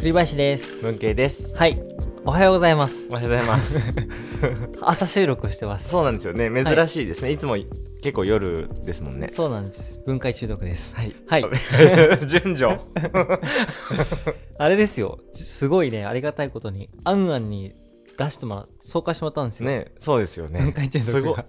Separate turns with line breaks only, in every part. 栗林です
文系です
はいおはようございます
おはようございます
朝収録をしてます
そうなんですよね珍しいですね、い、つも結構夜ですもんね
そうなんです分解中毒です
はい
はい
順序
あれですよすごいねありがたいことにあんあんに出してもら紹介してもらったんですよ、
ねそうですよね
分解中
すご
毒
い
が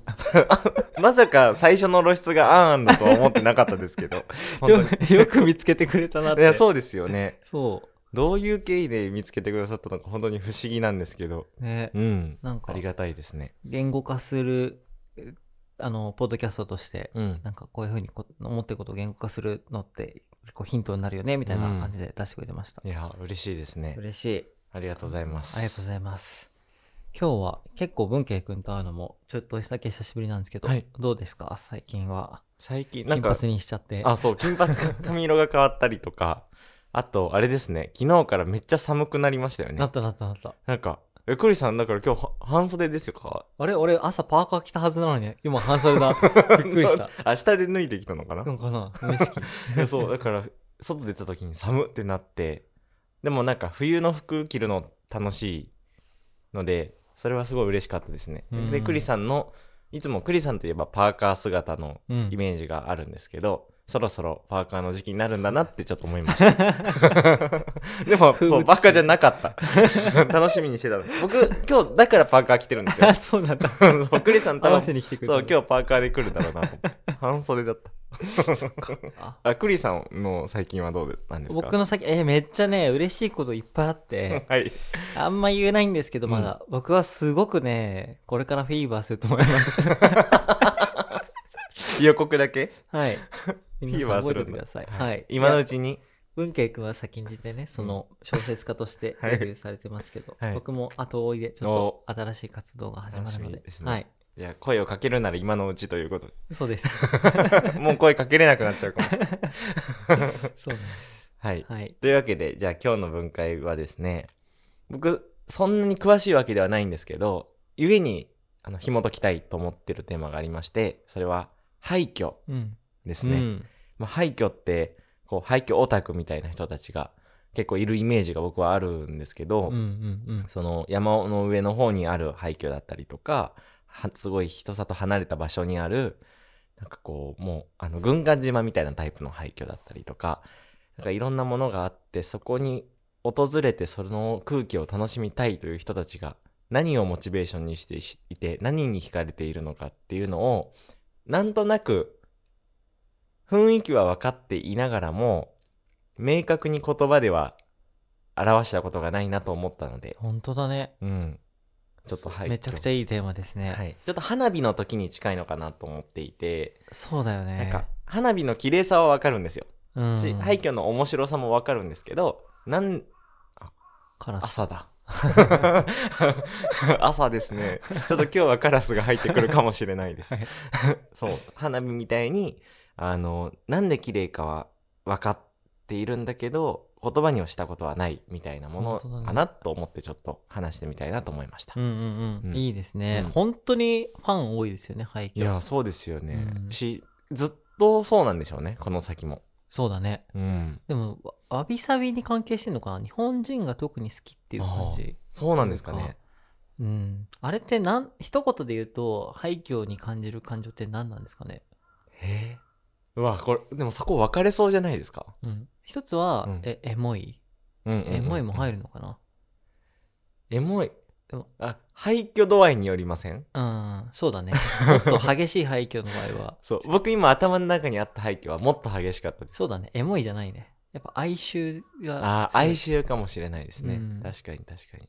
まさか最初の露出があんあんだとは思ってなかったです けど本当
よ
に
くよく見つけてくれたなっ
い
て
やそうですよね
そ
どういう経緯で見つけてくださったのか本当に不思議なんですけど
うね
うん
なんか
ありがたいですね
言語化するえあのポッドキャストとして
うん
なんかこういうふうにこ思ってることを言語化するのってこうヒントになるよねみたいな感じで出してくれてました、
いや嬉しいですね
嬉しい
ありがとうございます
ありがとうございます今日は結構文慶君と会うのもちょっとだけ久しぶりなんですけど、
はい
どうですか最近は
最近なん
金
か
髪にしちゃって
あ、そう、金髪 か髪色が変わったりとか、あと、あれですね、昨日からめっちゃ寒くなりましたよ
な
ね
っ。たなったなった
なんか、え、クリさん、だから今日は、半袖ですよ、か
あれ俺朝パーカー着たはずなのに今半袖 だびっくりした
あ、下で脱いできたのかな
なんかな無意 識
いやそう、だから、外出た時に寒ってなって、でもなんか、冬の服着るの楽しいので、それはすごい嬉しかったですね。
うん
で、クリさんの、いつもクリさんといえばパーカー姿の
うん
イメージがあるんですけど、そろそろパーカーの時期になるんだなってちょっと思いました。 でも、
風物詩
そう、バカじゃなかった。 楽しみにしてたの。僕、今日、だからパーカー着てるんですよ
あ。そうなんだ
そうクリさん多
合わ
分、
せ
そう、
に来てくれた
今日パーカーで来るだろうなと思って。半袖だった。
あ
あ、クリさんの最近はどうなんですか
僕の先えーめっちゃね嬉しいこといっぱいあ って
はい。
あんま言えないんですけど、まだ、僕はすごくね、これからフィーバーすると思います。
予告だけ
はい。皆
フィ
さ
ー
ん
バーす
覚え
る
ておいてください。はい。
今の
いうや
ちに。
文慶君は先んじてね、その小説家として
はい
デビューされてますけど、
はい
僕も後追いでちょっと新しい活動が始まるの
楽し
で。
みですね
はい。
いや、声をかけるなら今のうちということで。
そうです。
もう声かけれなくなっちゃうかもしれない。
そうなんです。
はい。
はい。
というわけで、じゃあ今日の分解はですね、僕、そんなに詳しいわけではないんですけど、故に、あの、紐解きたいと思ってるテーマがありまして、それは、廃墟
うん。
ですね。
うん
まあ、廃墟って、こう、廃墟オタクみたいな人たちが結構いるイメージが僕はあるんですけど、
うんうん
その山の上の方にある廃墟だったりとか、はすごい人里離れた場所にある、なんかこう、もう、あの、軍艦島みたいなタイプの廃墟だったりとか、なんかいろんなものがあって、そこに訪れてその空気を楽しみたいという人たちが、何をモチベーションにしていて、何に惹かれているのかっていうのを、なんとなく、雰囲気は分かっていながらも、明確に言葉では表したことがないなと思ったので、
本当だね。
うん。ちょっとはい。
めちゃくちゃいいテーマですね。
はい。ちょっと花火の時に近いのかなと思っていて、
そうだよね。
なんか、花火の綺麗さはわかるんですよ。
うん
し、廃墟の面白さもわかるんですけど、なん、
カラス。
朝だ。 朝ですね。ちょっと今日はカラスが入ってくるかもしれないです。
はい
そう。花火みたいに、あの、なんで綺麗かは分かっているんだけど、言葉にはしたことはないみたいなもの
本当だね
かなと思ってちょっと話してみたいなと思いました。
うんうんう。
うんん
いいですね。
うん
本当にファン多いですよね、廃
い
墟。
や、そうですよね。
うん
し、ずっとそうなんでしょうね、この先も。
そうだね。
うん。
でもわわびさびに関係してんのかな日本人が特に好きっていう感じ
そうなんですかね。
うんあれってなん一言で言うと廃墟に感じる感情って何なんですかね、
えうわ、これ、でもそこ分かれそうじゃないですか。
うん、一つは、
うん
えエモい
うんうんうん
エモいも入るのかな
エモい
でも。
あ、廃墟度合いによりません
うん、そう だねもっと激しい廃墟の場合は
そう。僕今頭の中にあった廃墟はもっと激しかったです。
そうだねエモいじゃないねやっぱ哀愁が
あー、哀愁かもしれないですね。
うん
確かに確かに。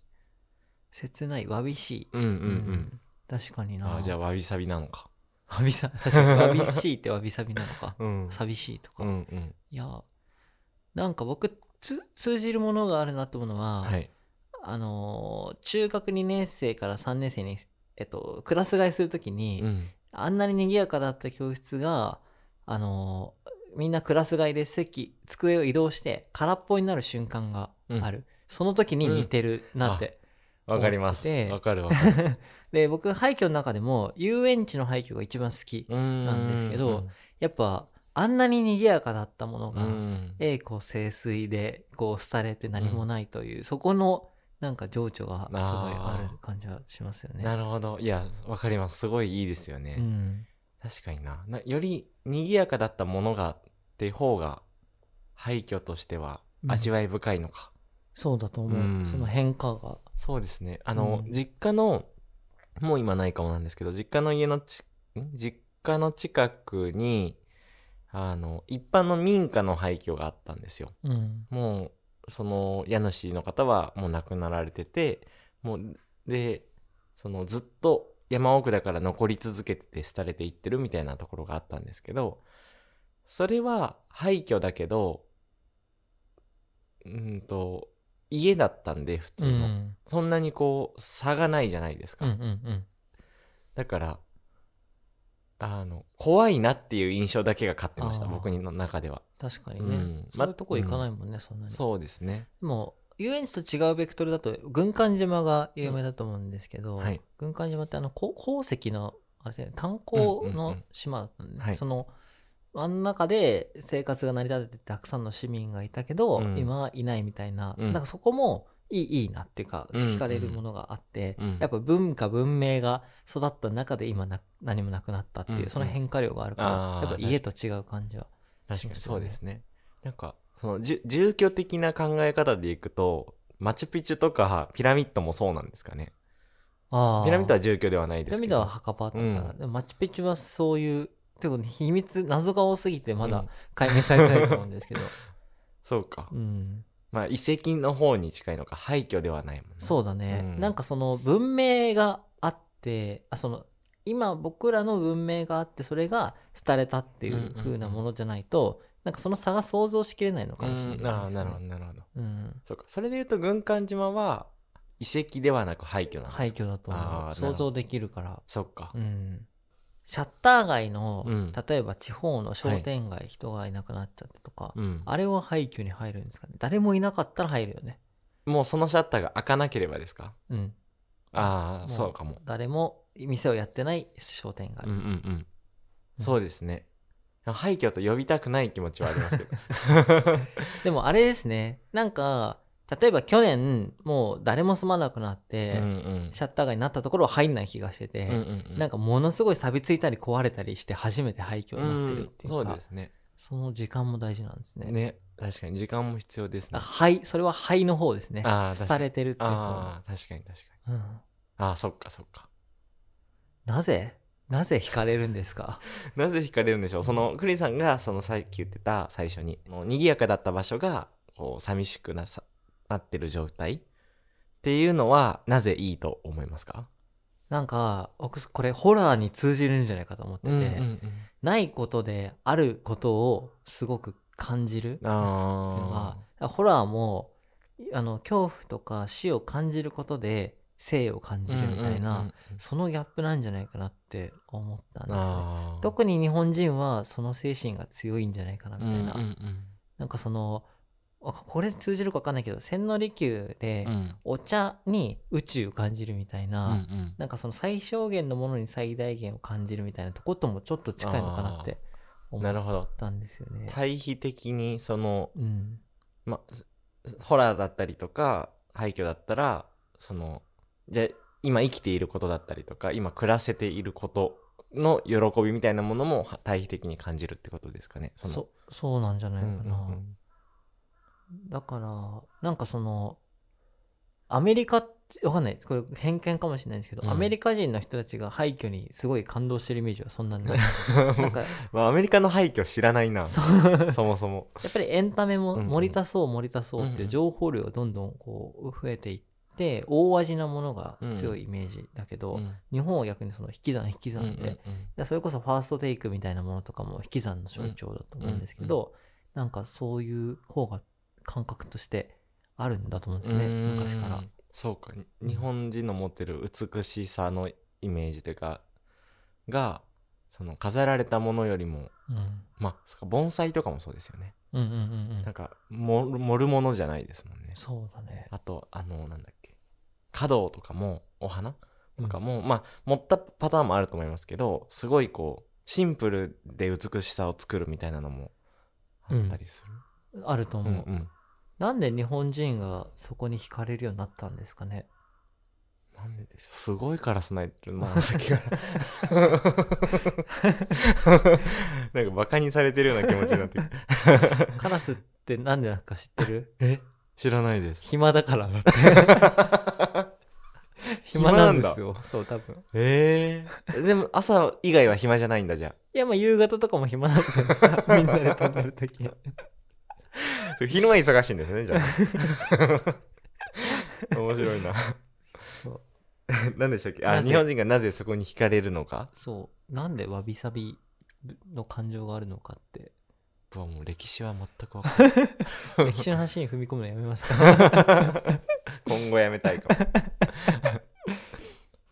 切ないわびしい、
うんうんう。
うん確かに
あ
な
ーじゃあ、わびさびなのか。
わびさ確かにわびしいってわびさびなのか
うん。
寂しいとか、
うんうん。
いやなんか僕つ通じるものがあるなと思うのは、
はい。
あのー中学2年生から3年生に、えっと、クラス替えするときに、
うん。
あんなに賑やかだった教室が、あのーみんなクラス替えで席机を移動して空っぽになる瞬間がある、その時に似てるなって、
わかります。
思ってて
わかる わかる。
で僕廃墟の中でも遊園地の廃墟が一番好き
うーん
なんですけど、やっぱあんなに賑やかだったものが、
うん
栄枯盛衰でこう廃れて何もないという、そこのなんか情緒がすごいある感じはしますよね。
なるほどいやわかりますすごいいいですよね、
うん、
確かにななより賑やかだったものがって方が廃墟としては味わい深いのか、
そうだと思う、
うん
その変化が。
そうですねあの、
うん
実家のもう今ないかもなんですけど実家の家のちん実家の近くにあの一般の民家の廃墟があったんですよ
うん
もうその家主の方はもう亡くなられててもうでそのずっと山奥だから残り続けて廃れていってるみたいなところがあったんですけどそれは廃墟だけどうーんと家だったんで普通
う
の、
ん
そんなにこう差がないじゃないです
う
か、
んうん
だからあの怖いなっていう印象だけが勝ってました
あー
僕の中では
確かに
う
ね
ん。
そういうとこ行かないもんね、そんなに。
そうですね
でも遊園地と違うベクトルだと軍艦島が有名だと思うんですけど、
はい
軍艦島ってあの鉱鉱石のあれだよね炭鉱
うんうんう
の
ん
島だったんで、
はい
そのあん中で生活が成り立っててたくさんの市民がいたけど、
うん
今はいないみたいな,、
うん
なんかそこもいいいいなっていうか
うんうん
惹かれるものがあって、
うん
やっぱ文化文明が育った中で今な何もなくなったっていう、
うんうん
その変化量があるから
あー
やっぱ家と違う感じは。
確かに
します
そ
よね
うですね。なんか、その、じゅ住居的な考え方でいくと、マチュピチュとかピラミッドもそうなんですかね。
あー
ピラミッドは住居ではない
ピ
です
ラミ
け
ッド
ど。
は墓場だから、
うん
でもマチュピチュはそういうてか秘密謎が多すぎてま
う
だ
ん
解明されてないと思うんですけど、
そうか
う。ん、
まあ、遺跡の方に近いのか、廃墟ではないもんね。
そうだね、
うん
なんかその文明があってあその今僕らの文明があってそれが廃れたってい
んうん
う
うん
風なものじゃないと、なんかその差が想像しきれないのかもしれ
うんあ
ない
あ、
ですね
なるほど、なるほど。
うん、
そうか。それで言うと、軍艦島は遺跡ではなく廃墟なんです
廃墟だと
あーな
思
る
う
ほど
想像できるから
そっか
う。ん、シャッター街の、
うん
例えば地方の商店街、人がいなくなっちゃってとか、
うん。
あれは廃墟に入るんですかね誰もいなかったら入るよね。
もうそのシャッターが開かなければですか
うん。
ああ、
も
そうかも。
誰も店をやってない商店街。
うんうんうん。
うん
そうですね。廃墟と呼びたくない気持ちはありますけど。
でもあれですね、なんか、例えば去年、もう誰も住まなくなって、
うんうん
シャッター街になったところは入んない気がしてて、
うんうんうん
なんかものすごい錆びついたり壊れたりして初めて廃墟になってるっていうか、
んそうですね
その時間も大事なんですね。
ね確かに時間も必要ですね
あ灰、それは灰の方ですね。
あー確か
廃
に
れてるっていう方
ああ確かに確かに
うん
ああそっかそっか
なぜなぜ惹かれるんですか
なぜ惹かれるんでしょうそのクリさんがそのさっき言ってた最初にもう賑やかだった場所がこう寂しくなさなってる状態っていうのはなぜいいと思いますか
なんか、僕、これホラーに通じるんじゃないかと思ってて、ないことであることをすごく感じるっていうの
あ
が、ホラーも、あの、恐怖とか死を感じることで生を感じるみたいな、そのギャップなんじゃないかなって思ったんですね。
あ
特に日本人はその精神が強いんじゃないかなみたいな。なんかその、あこれ通じるかわかんないけど、千利休で、お茶に宇宙感じるみたいな、なんかその最小限のものに最大限を感じるみたいなとこともちょっと近いのかなって思
な
っ
るほど
たんですよね。
対比的にその
うん、
まあ、すホラーだったりとか廃墟だったらそのじゃあ今生きていることだったりとか今暮らせていることの喜びみたいなものもは対比的に感じるってことですかね。
そ
の
そうなんじゃない
うん
かな。
うんうん
だからなんかそのアメリカってわかんないこれ偏見かもしれないんですけど、
うん
アメリカ人の人たちが廃墟にすごい感動してるイメージはそんな にないなんか
まあ、アメリカの廃墟知らないなそ
そう
もそも。
やっぱりエンタメも
うんうん
盛り足そう盛り足そうっ
うん
てい
うん
う情報量がどんどんこう増えていって大味なものが強いイメージだけど、
うん
日本は逆にその引き算引き
うんう
算で、
ん
でそれこそファーストテイクみたいなものとかも引き算の象徴だと思うんですけど、なんかそういう方が感覚としてあるんだと思うんです
う
よね
ん
昔から。
そうかに日本人の持ってる美しさのイメージというかがその飾られたものよりも
うん
まあそっか盆栽とかもそうですよね。
うんうんうんう
なんんかも盛るものじゃないですもんね。
そうだね。
あとあのなんだっけ華道とかもお花
うん
とかも、まあ持ったパターンもあると思いますけどすごいこうシンプルで美しさを作るみたいなのもあったりす
あると
る、
思う、なんで日本人がそこに惹かれるようになったんですか ね
なんででしょうすごいカラス鳴いてるな先 からなんかバカにされてるような気持ちになってくる
カラスってなんでなんか知ってる
え知らないです
暇だからだ って暇
暇
な
なんん
で
だ
すよそう多分
ええでも朝以外は暇じゃないんだじゃ
いやまあ夕方とかも暇なんじゃ ないですかみんなで飛んでる時
あ 昼間忙しいんですねじゃ あ面白いな
そう
何でしたっけ
な
あ
ぜ
日本人がなぜそこに惹かれるのか
そうなんでわびさびの感情があるのか って
僕はもう歴史は全く分かんない
歴史の話に踏み込むのやめますか
今後やめたいかも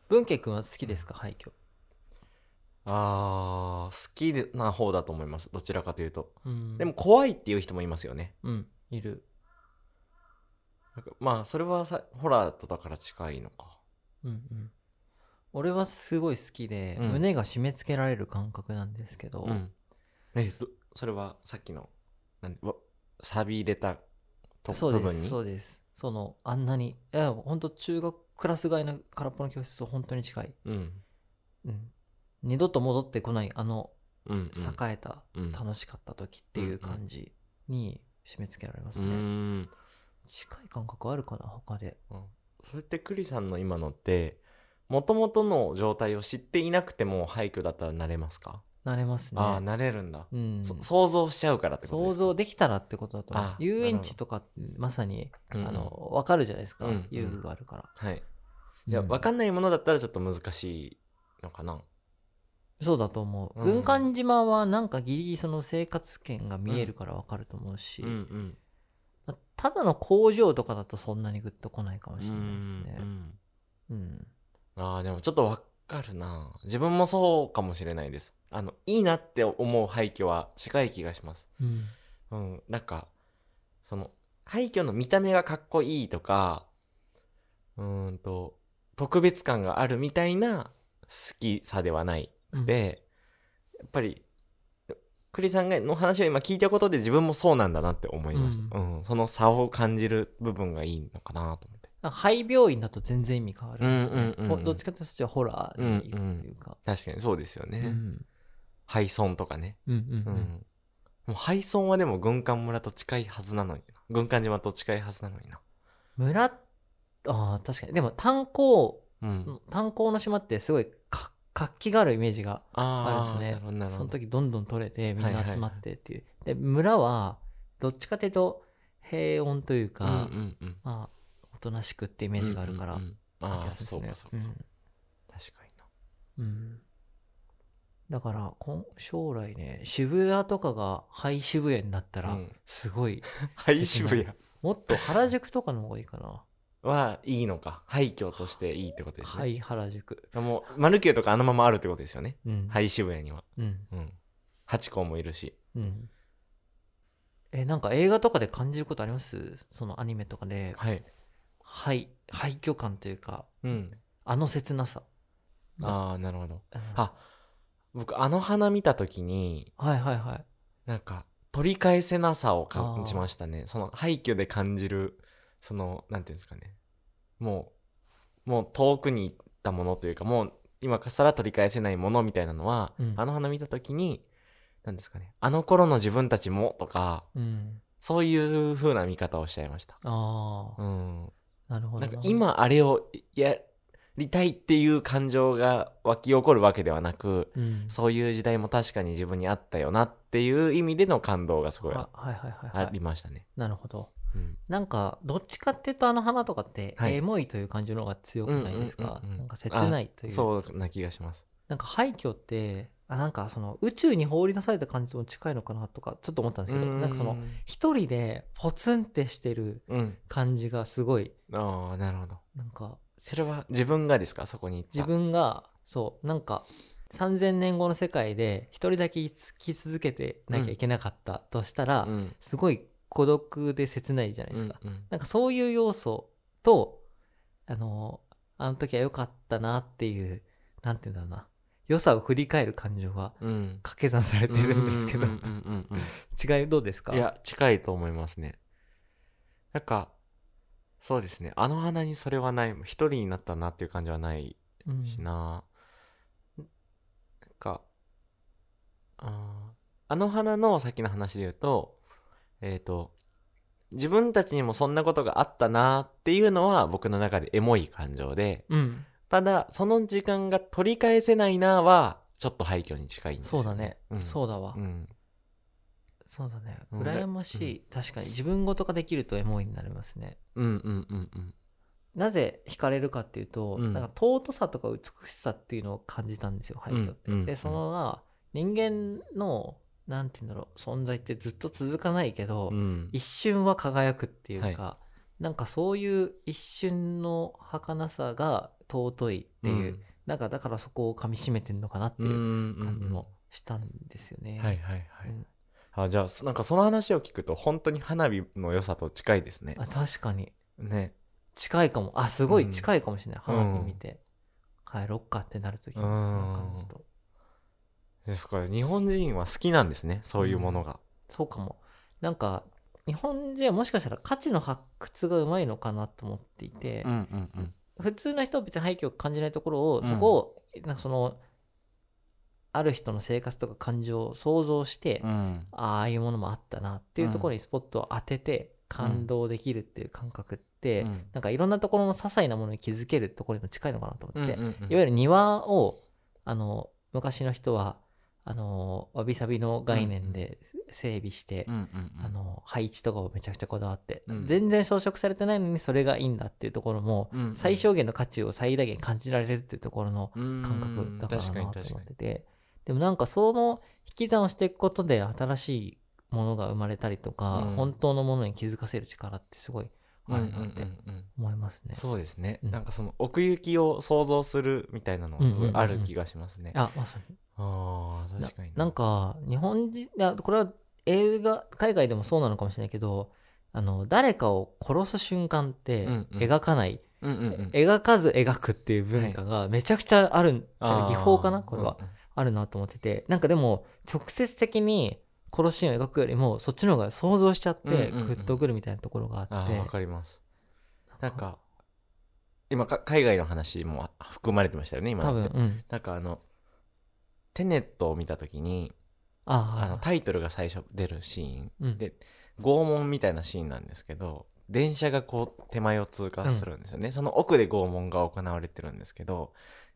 文慶君は好きですか廃墟
あー好きな方だと思いますどちらかというと
うん
でも怖いっていう人もいますよね
うんいる
なんかまあそれはさホラーとだから近いのか
うんうん俺はすごい好きで、
うん
胸が締め付けられる感覚なんですけど、
うん、えどそれはさっきのなんわ錆び入れたと
そう
部
で
分
す
に
そうですそのあんなにいや本当中学クラス外の空っぽの教室と本当に近い、
うん
うん、二度と戻ってこないあの
うんうん、
栄えた、
うん
楽しかった時っていう感じに締め付けられます
う
ね、
ん
近い感覚あるかな他で
それってクリさんの今のってもともとの状態を知っていなくても廃墟だったらなれますか、
なれますね
ああなれるんだ、
うん、
そ想像しちゃうからってことで
想
すか
像できたらってことだと思います
あ
遊園地とかってまさに、
うん
あの分かるじゃないですか、
うん
遊具があるから、
はいじゃあ
うん
分かんないものだったらちょっと難しいのかな
そうだと思う、
うん
軍艦島はなんかギリギリその生活圏が見えるから分かると思うし、
ん
まあただの工場とかだとそんなにグッとこないかも
う
しれないですね
んうん
うん、
ああでもちょっとわかるな自分もそうかもしれないですあのいいなって思う廃墟は近い気がします
うん
うんなんかその廃墟の見た目がかっこいいとかうーんと特別感があるみたいな好きさではない
うん
で、やっぱり栗さんがの話を今聞いたことで自分もそうなんだなって思いました、
う
うんその差を感じる部分がいいのかなと思って
なんか廃病院だと全然意味変わるんですよね、
うんうんうんうん
ほどっちかというとそっちはホラーに行くというか、
確かにそうですよね、
うん
廃村とかね
うんうん
う
うんん
もう廃村はでも軍艦村と近いはずなのにな軍艦島と近いはずなのにな
村ああ確かにでも炭鉱
うん、
炭鉱の島ってすごいか活気があるイメージがあるん
あ
ですよ
あ
ね
なるほどなるほど
その時どんどん取れてみん
はいはい
な
はい
集まってっていう、で村はどっちかというと平穏というか、
うんうんうん、
まあおとなしくってイメージがあるから、
うんうんうんああそうかそう
う
か、
ん
確かにな
うんだから今将来ね渋谷とかが廃渋谷になったら、
うん
すごい
廃渋谷
もっと原宿とかの方がいいかな
はいいのか廃墟としていいってことですね、
廃原宿
もうマルキューとかあのままあるってことですよね
うん
廃渋谷には
うん
うんハチ公もいるし
うんえなんか映画とかで感じることありますそのアニメとかで
はい
廃廃墟感というか
うん
あの切なさ
ああなるほど
うん
あ僕あの花見た時に
はいはいはい
なんか取り返せなさを感じましたねその廃墟で感じるそのなんていうんですかねもうもう遠くに行ったものというかもう今から取り返せないものみたいなのは、
うん
あの花見た時になんですかねあの頃の自分たちもとか
うん
そういう風な見方をしちゃいました、
ああ
うん、
なるほ
な
ど
んか今あれをやりたいっていう感情が湧き起こるわけではなく
うん
そういう時代も確かに自分にあったよなっていう意味での感動がすごい
あはいはいはい
あ
は
り
い
ましたね。
なるほど
うん
なんかどっちかっていうとあの花とかって
はい
エモいという感じの方が強くないですか
うんうんうんうん
なんか切ないという
そうな気がします。
なんか廃墟ってあなんかその宇宙に放り出された感じとも近いのかなとかちょっと思ったんですけどなんかその一人でポツンってしてる
うん、
感じがすごい
ああなるほど。
なんか
それは自分がですかそこに行った。
自分がそうなんか3,000年後の世界で一人だけ生き続けてなきゃいけなかったとしたら、
うん
すごい孤独で切ないじゃないですか、
うんうん
なんかそういう要素とあのあの時は良かったなっていうなんていうんだろうな良さを振り返る感情が
うん
掛け算されてるんですけど
うんうんうんうん
違いどうですか
いや近いと思いますねなんかそうですねあの花にそれはない一人になったなっていう感じはない
うん
しな、なんかあーあの花の先の話で言うとえっ、と自分たちにもそんなことがあったなっていうのは僕の中でエモい感情で
うん
ただその時間が取り返せないなはちょっと廃墟に近いんです
そ
よ
うだね
うん
そうだわ
うん
そうだね
うん
羨ましい確かに自分ごとができるとエモいになりますね
うんうんうんうん
なぜ惹かれるかっていうと、
うん
なんか尊さとか美しさっていうのを感じたんですよ廃墟って。
うんうんう
で
ん
そのまあ人間のなんて言うんだろう存在ってずっと続かないけど、
うん
一瞬は輝くっていうか、
は
なんかそういう一瞬の儚さが尊いっていう、なんかだからそこを噛みしめてんのかなって
うん
いう
うん
感じもしたんですよね。
はいはいはい、
うん
あじゃあそなんかその話を聞くと本当に花火の良さと近いですね
あ確かに
ね
近いかもあすごい近いかもしれない、
うん
花火見て帰ろっかってなる時の感じと。
ですから日本人は好きなんですねそういうものが、
そうかも。なんか、日本人はもしかしたら価値の発掘がうまいのかなと思っていて、
んうんうん
普通の人は別に廃墟を感じないところを、
うん
そこを、なんかその、ある人の生活とか感情を想像して、
うん
ああいうものもあったなっていうところにスポットを当てて感動できるっていう感覚って、なんかいろんなところの些細なものに気づけるところにも近いのかなと思ってて、いわゆる庭をあの昔の人はあのわびさびの概念で整備して、あの配置とかをめちゃくちゃこだわって、
うん
全然装飾されてないのにそれがいいんだっていうところも、最小限の価値を最大限感じられるっていうところの感
感
覚だから
確か
な
に
と
確
思
か
っ
に
ててでもなんかその引き算をしていくことで新しいものが生まれたりとか、
うん
本当のものに気づかせる力ってすごいあるなっ
うん
て
うんうんうん
思いますね。
そうですね、
うん
なんかその奥行きを想像するみたいなのがすごいある気がしますね、
あまさに
あ
な
あ確かに
なんか日本人いやこれは映画海外でもそうなのかもしれないけどあの誰かを殺す瞬間って
うんうん
描かない、
うんうんうん
描かず描くっていう文化がめちゃくちゃある、
あー
技法かなこれは、
うんうん
あるなと思っててなんかでも直接的に殺しを描くよりもそっちの方が想像しちゃって
うんうんうん
グッとくるみたいなところがあっ
あ
て、
ーわかりますなんか今か海外の話もあ含まれてましたよね今
多
の
分
って
うん
なんかあのテネットを見た時にあの
ああ
タイトルが最初出るシーン
うん
で拷問みたいなシーンなんですけど電車がこう手前を通過するんですよね、その奥で拷問が行われてるんですけど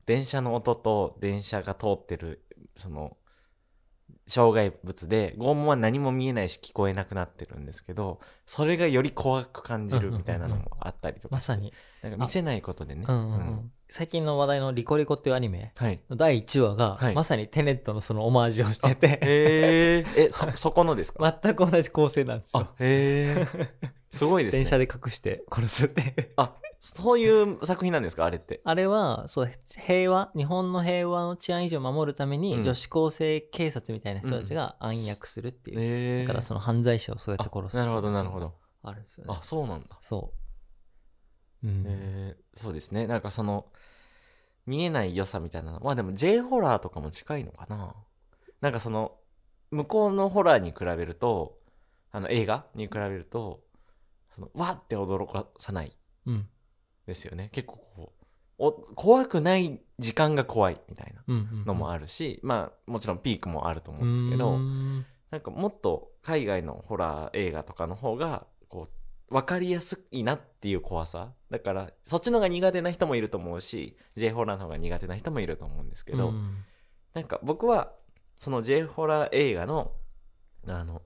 電車の音と電車が通ってるその障害物で拷問は何も見えないし聞こえなくなってるんですけどそれがより怖く感じるみたいなのもあったりとか
ま
して
さに、
なんか見せないことでね
うんうんうん
うん
最近の話題の「リコリコ」っていうアニメ
はい
の第1話が、
はい
まさにテネットのそのオマージュをしてて
えー、えそ そこのですか
全く同じ構成なんですよ
あへえ すごいですね
電車で隠して殺すっていう
あそういう作品なんですかあれって
あれはそう平和日本の平和の治安維持を守るために、
うん
女子高生警察みたいな人たちが暗躍するっていう、
え
だからその犯罪者をそうやって殺す
あなるほどなるほど
あるんですよね
あそうなんだ、
そううん、
えーそうですねなんかその見えない良さみたいなのまあでも J ホラーとかも近いのかななんかその向こうのホラーに比べるとあの映画に比べるとそのわって驚かさない
うん
ですよね結構こうお怖くない時間が怖いみたいな
うんうんうん
のもあるし、まあもちろんピークもあると思うんですけど、
うーん
なんかもっと海外のホラー映画とかの方がこう分かりやすいなっていう怖さだからそっちのが苦手な人もいると思うし J ホラーの方が苦手な人もいると思うんですけど、
うん
なんか僕はその J ホラー映画のあの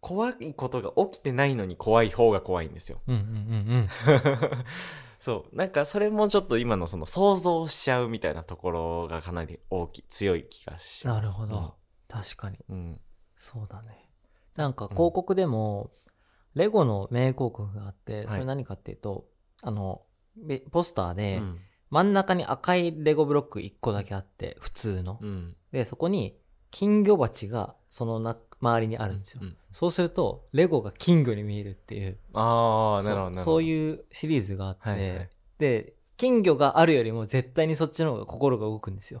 怖いことが起きてないのに怖い方が怖いんですよ。
うんうんうん
そうなんかそれもちょっと今のその想像しちゃうみたいなところがかなり大きい強い気がします。
なるほど確かに
うん。うん
そうだねなんか広告でも、レゴの名広告があって
い
それ何かっていうと、あのべポスターで、
うん
真ん中に赤いレゴブロック1個だけあって普通の、
うん
でそこに金魚鉢がそのな周りにあるんですよ、
うん
そうするとレゴが金魚に見えるっていう
ああ
そ
な
う
るほどなるほど
そういうシリーズがあって、
はいはい
で金魚があるよりも絶対にそっちの方が心が動くんですよ。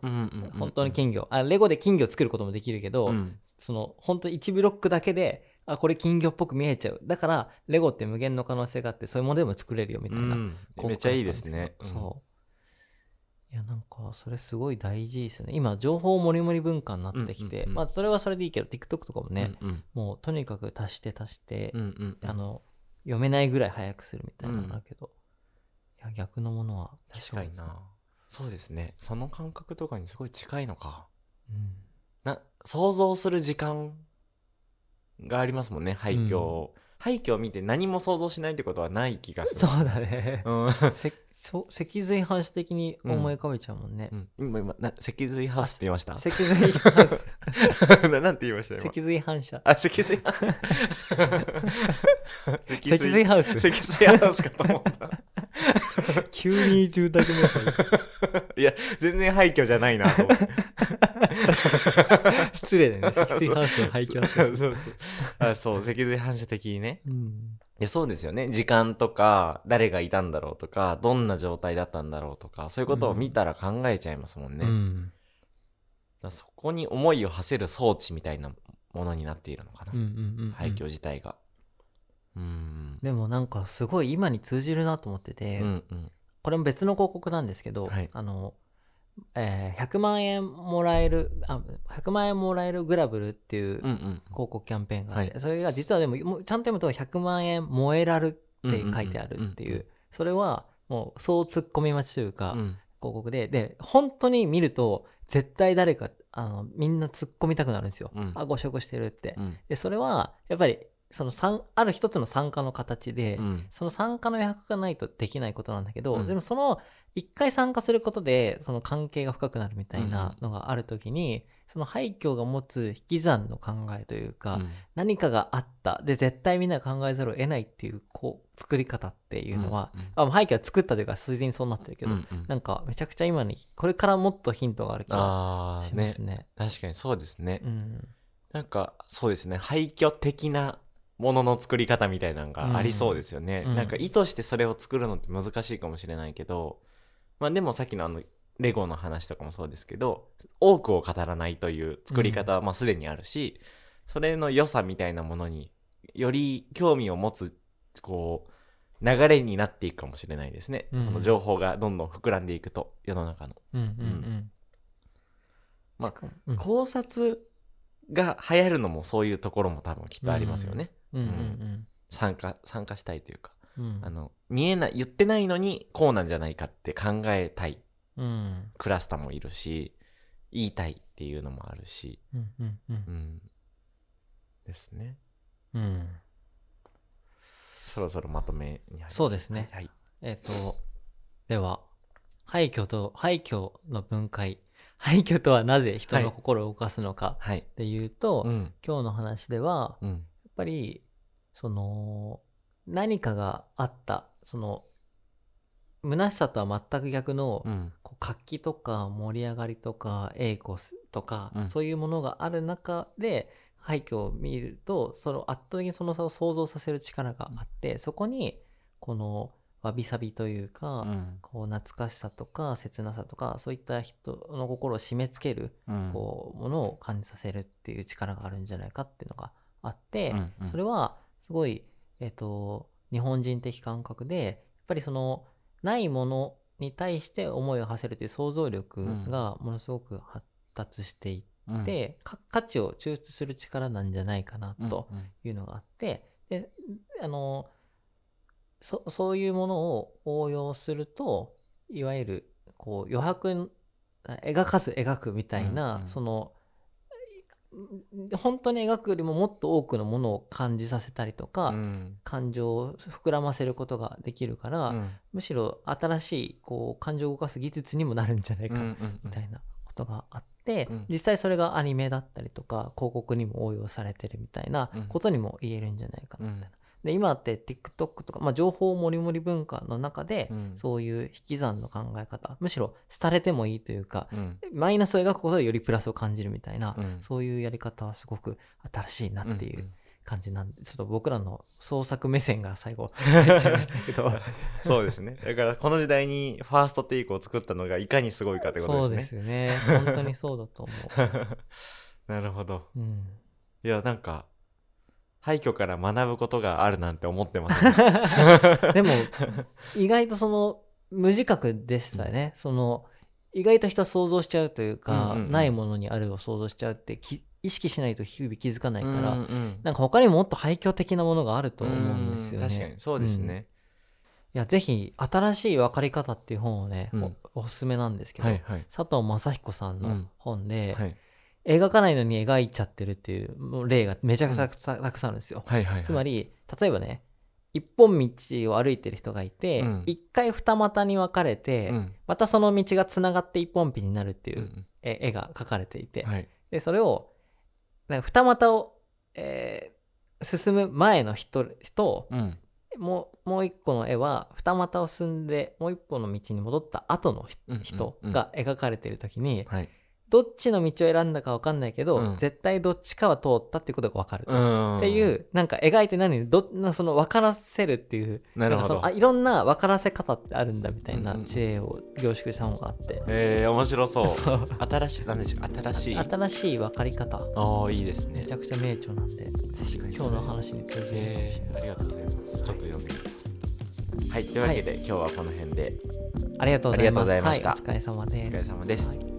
本当に金魚あレゴで金魚作ることもできるけど、
うん
その本当1ブロックだけであこれ金魚っぽく見えちゃうだからレゴって無限の可能性があってそういうものでも作れるよみたいな、
うんめっちゃいいですね。うん
そういやなんかそれすごい大事ですよね今情報もりもり文化になってきて、
うんうんうん
まあそれはそれでいいけど TikTok とかもね、
うんうん
もうとにかく足して足して、
うんうんうん
あの読めないぐらい早くするみたいなのだけど、いや逆のものは来そう
確か
です
に
ね
な。そうですね。その感覚とかにすごい近いのか。
うん
な、想像する時間がありますもんね、廃墟を。廃墟を見て何も想像しないってことはない気がする。
そうだね
うん。
せそう脊髄反射的に思い浮かべちゃうもんね
う、ん今、今、な、脊髄ハウスって言いました
脊髄反 射
ななんて言いました今
脊髄反射
あ、脊髄ハウ ス。
脊髄 ハウス
脊髄ハウスかと思った。
急に住宅メーカー
いや、全然廃墟じゃないなと思って。
失礼だよね脊髄ハウスの廃墟だった
そ
ら
うそうそう。あ、そう、脊髄反射的にね。
うん
いや、そうですよね。時間とか、誰がいたんだろうとか、どんな状態だったんだろうとか、そういうことを見たら考えちゃいますもんね。
う
だか
ん
らそこに思いを馳せる装置みたいなものになっているのかな。
うんうんうん
廃墟自体が。うん。
でもなんかすごい今に通じるなと思ってて、
うんうん。
これも別の広告なんですけど、
はい
あの、えー100万円もらえるあ100万円もらえるグラブルっていう
うんう
広
ん。
告キャンペーンがあって、
は
それが実はでももうちゃんと読むと100万円燃えらるって書いてあるっていうそれはもうそう突っ込み待ちというか、
うん。うん
広告でで本当に見ると絶対誰かあのみんな突っ込みたくなるんですよ、
うん
あご食してるって、
うん
でそれはやっぱりその参ある一つの参加の形で、
うん
その参加の余白がないとできないことなんだけど、
うん
でもその一回参加することでその関係が深くなるみたいなのがある時に、その廃墟が持つ引き算の考えというか、
うん
何かがあったで絶対みんなが考えざるを得ないっていうこう作り方っていうのは、
うんうん
あもう廃墟は作ったというか自然にそうなってるけど、
うんうん
なんかめちゃくちゃ今にこれからもっとヒントがある気が
あ
し
あ、
ま
ね
す。ね。
確かにそうですね。
うん、
なんか、そうですね。廃墟的なものの作り方みたいなのがありそうですよね。
うん
なんか意図してそれを作るのって難しいかもしれないけど、まあでもさっきのあの、レゴの話とかもそうですけど、多くを語らないという作り方はまあすでにあるし、それの良さみたいなものにより興味を持つ、こう、流れになっていくかもしれないですね。
うん
その情報がどんどん膨らんでいくと、世の中の。
うん、うん、うん。
まあ
しかもうん
考察が流行るのもそういうところも多分きっとありますよね。
うん、うん、
参加参加したいというか、
うん、
あの見えない言ってないのにこうなんじゃないかって考えたい
うん、
クラスターもいるし言いたいっていうのもあるし、
うん、うん、うん
う、ん、ですね
うん。
そろそろまとめに入る
そうですね
はい、
えっ、と、では、廃墟と、廃墟の分解、 廃墟とはなぜ人の心を動かすのか
はい、
っていうと、
うん
今日の話では、
うん
やっぱりその何かがあったその虚しさとは全く逆の、
うん
こう活気とか盛り上がりとか栄光とか、
うん
そういうものがある中で廃墟を見るとその圧倒的にその差を想像させる力があって、そこにこのわびさびというか、
うん
こう懐かしさとか切なさとかそういった人の心を締め付ける
うん
こうものを感じさせるっていう力があるんじゃないかっていうのがあって、
うんうん
それはすごい、えっと日本人的感覚でやっぱりそのないものに対して思いを馳せるという想像力がものすごく発達していって、か価値を抽出する力なんじゃないかな
うん
というのがあってであのそそういうものを応用するといわゆるこう余白にあ描かず描くみたいな、
うんうん
そのうん本当に描くよりももっと多くのものを感じさせたりとか、
うん
感情を膨らませることができるから、
うん
むしろ新しいこう感情を動かす技術にもなるんじゃないか
うんう
なんみたいなことがあって、
うん
実際それがアニメだったりとか広告にも応用されてるみたいな
うん
ことにも言えるんじゃないか
う
なみ
ん
たいな。で今って TikTok とか、まあ、情報もりもり文化の中で、
うん
そういう引き算の考え方むしろ廃れてもいいというか
うん
マイナスを描くことでよりプラスを感じるみたいな、
うん
そういうやり方はすごく新しいなっていう感じなんでちょっと僕らの創作目線が最後入っ ちゃいましたけど
そうですねだからこの時代にファーストテイクを作ったのがいかにすごいかってこ
そ
と
う
で
ですす
ね
よね本当にそうだと思
なるほど
う、うん、
いやなんか廃墟から学ぶことがあるなんて思っ てます、ね、
でも意外とその無自覚でしたね、その意外と人は想像しちゃうというか、
うんうんうん
ないものにあるを想像しちゃうってき意識しないと日々気づかないから、
うんうん
なんか他にももっと廃墟的なものがあると思うんですよね。
うん確かにそうです
うんい
ね、
やぜひ「新しい分かり方」っていう本をね、
うん
おおすすめなんですけど、
はいはい
佐藤正彦さん
う
の
ん
本で、
はい
描かないのに描いちゃってるっていうもう例がめちゃくちゃたくさんたくさんあるんですよ。
はいはいはい
つまり例えばね一本道を歩いてる人がいて、
うん
一回二股に分かれて、
うん
またその道がつながって一本道になるっていううんえ絵が描かれていて、
うんはい
でそれをなんか二股を、えー進む前の人と
うん
もうもう一個の絵は二股を進んでもう一歩の道に戻った後のひ
うんうん
人が描かれてる時に、
はい
どっちの道を選んだか分かんないけど、
うん
絶対どっちかは通ったっていうことが分かると。
っ
っていうなんか描いてないのにどなその分からせるっていう
なる
んか
ほ
その
ど
あいろんな分からせ方ってあるんだみたいな
うんうん
知恵を凝縮した本があって、
えー、面白そ う
そう
新しい何でしょう新しい
新しい分かり方
ああいいですね
めちゃくちゃ名著なんで
確かに
今日の話に通じるかもしれない
えー、ありがとうございますちょっと読んでみますはいというわけで、今日はこの辺で
ありがとうござい
あり
ま
がとうご
す
ざいました
はい、お疲れ様で
お
す
疲れ様です、
はい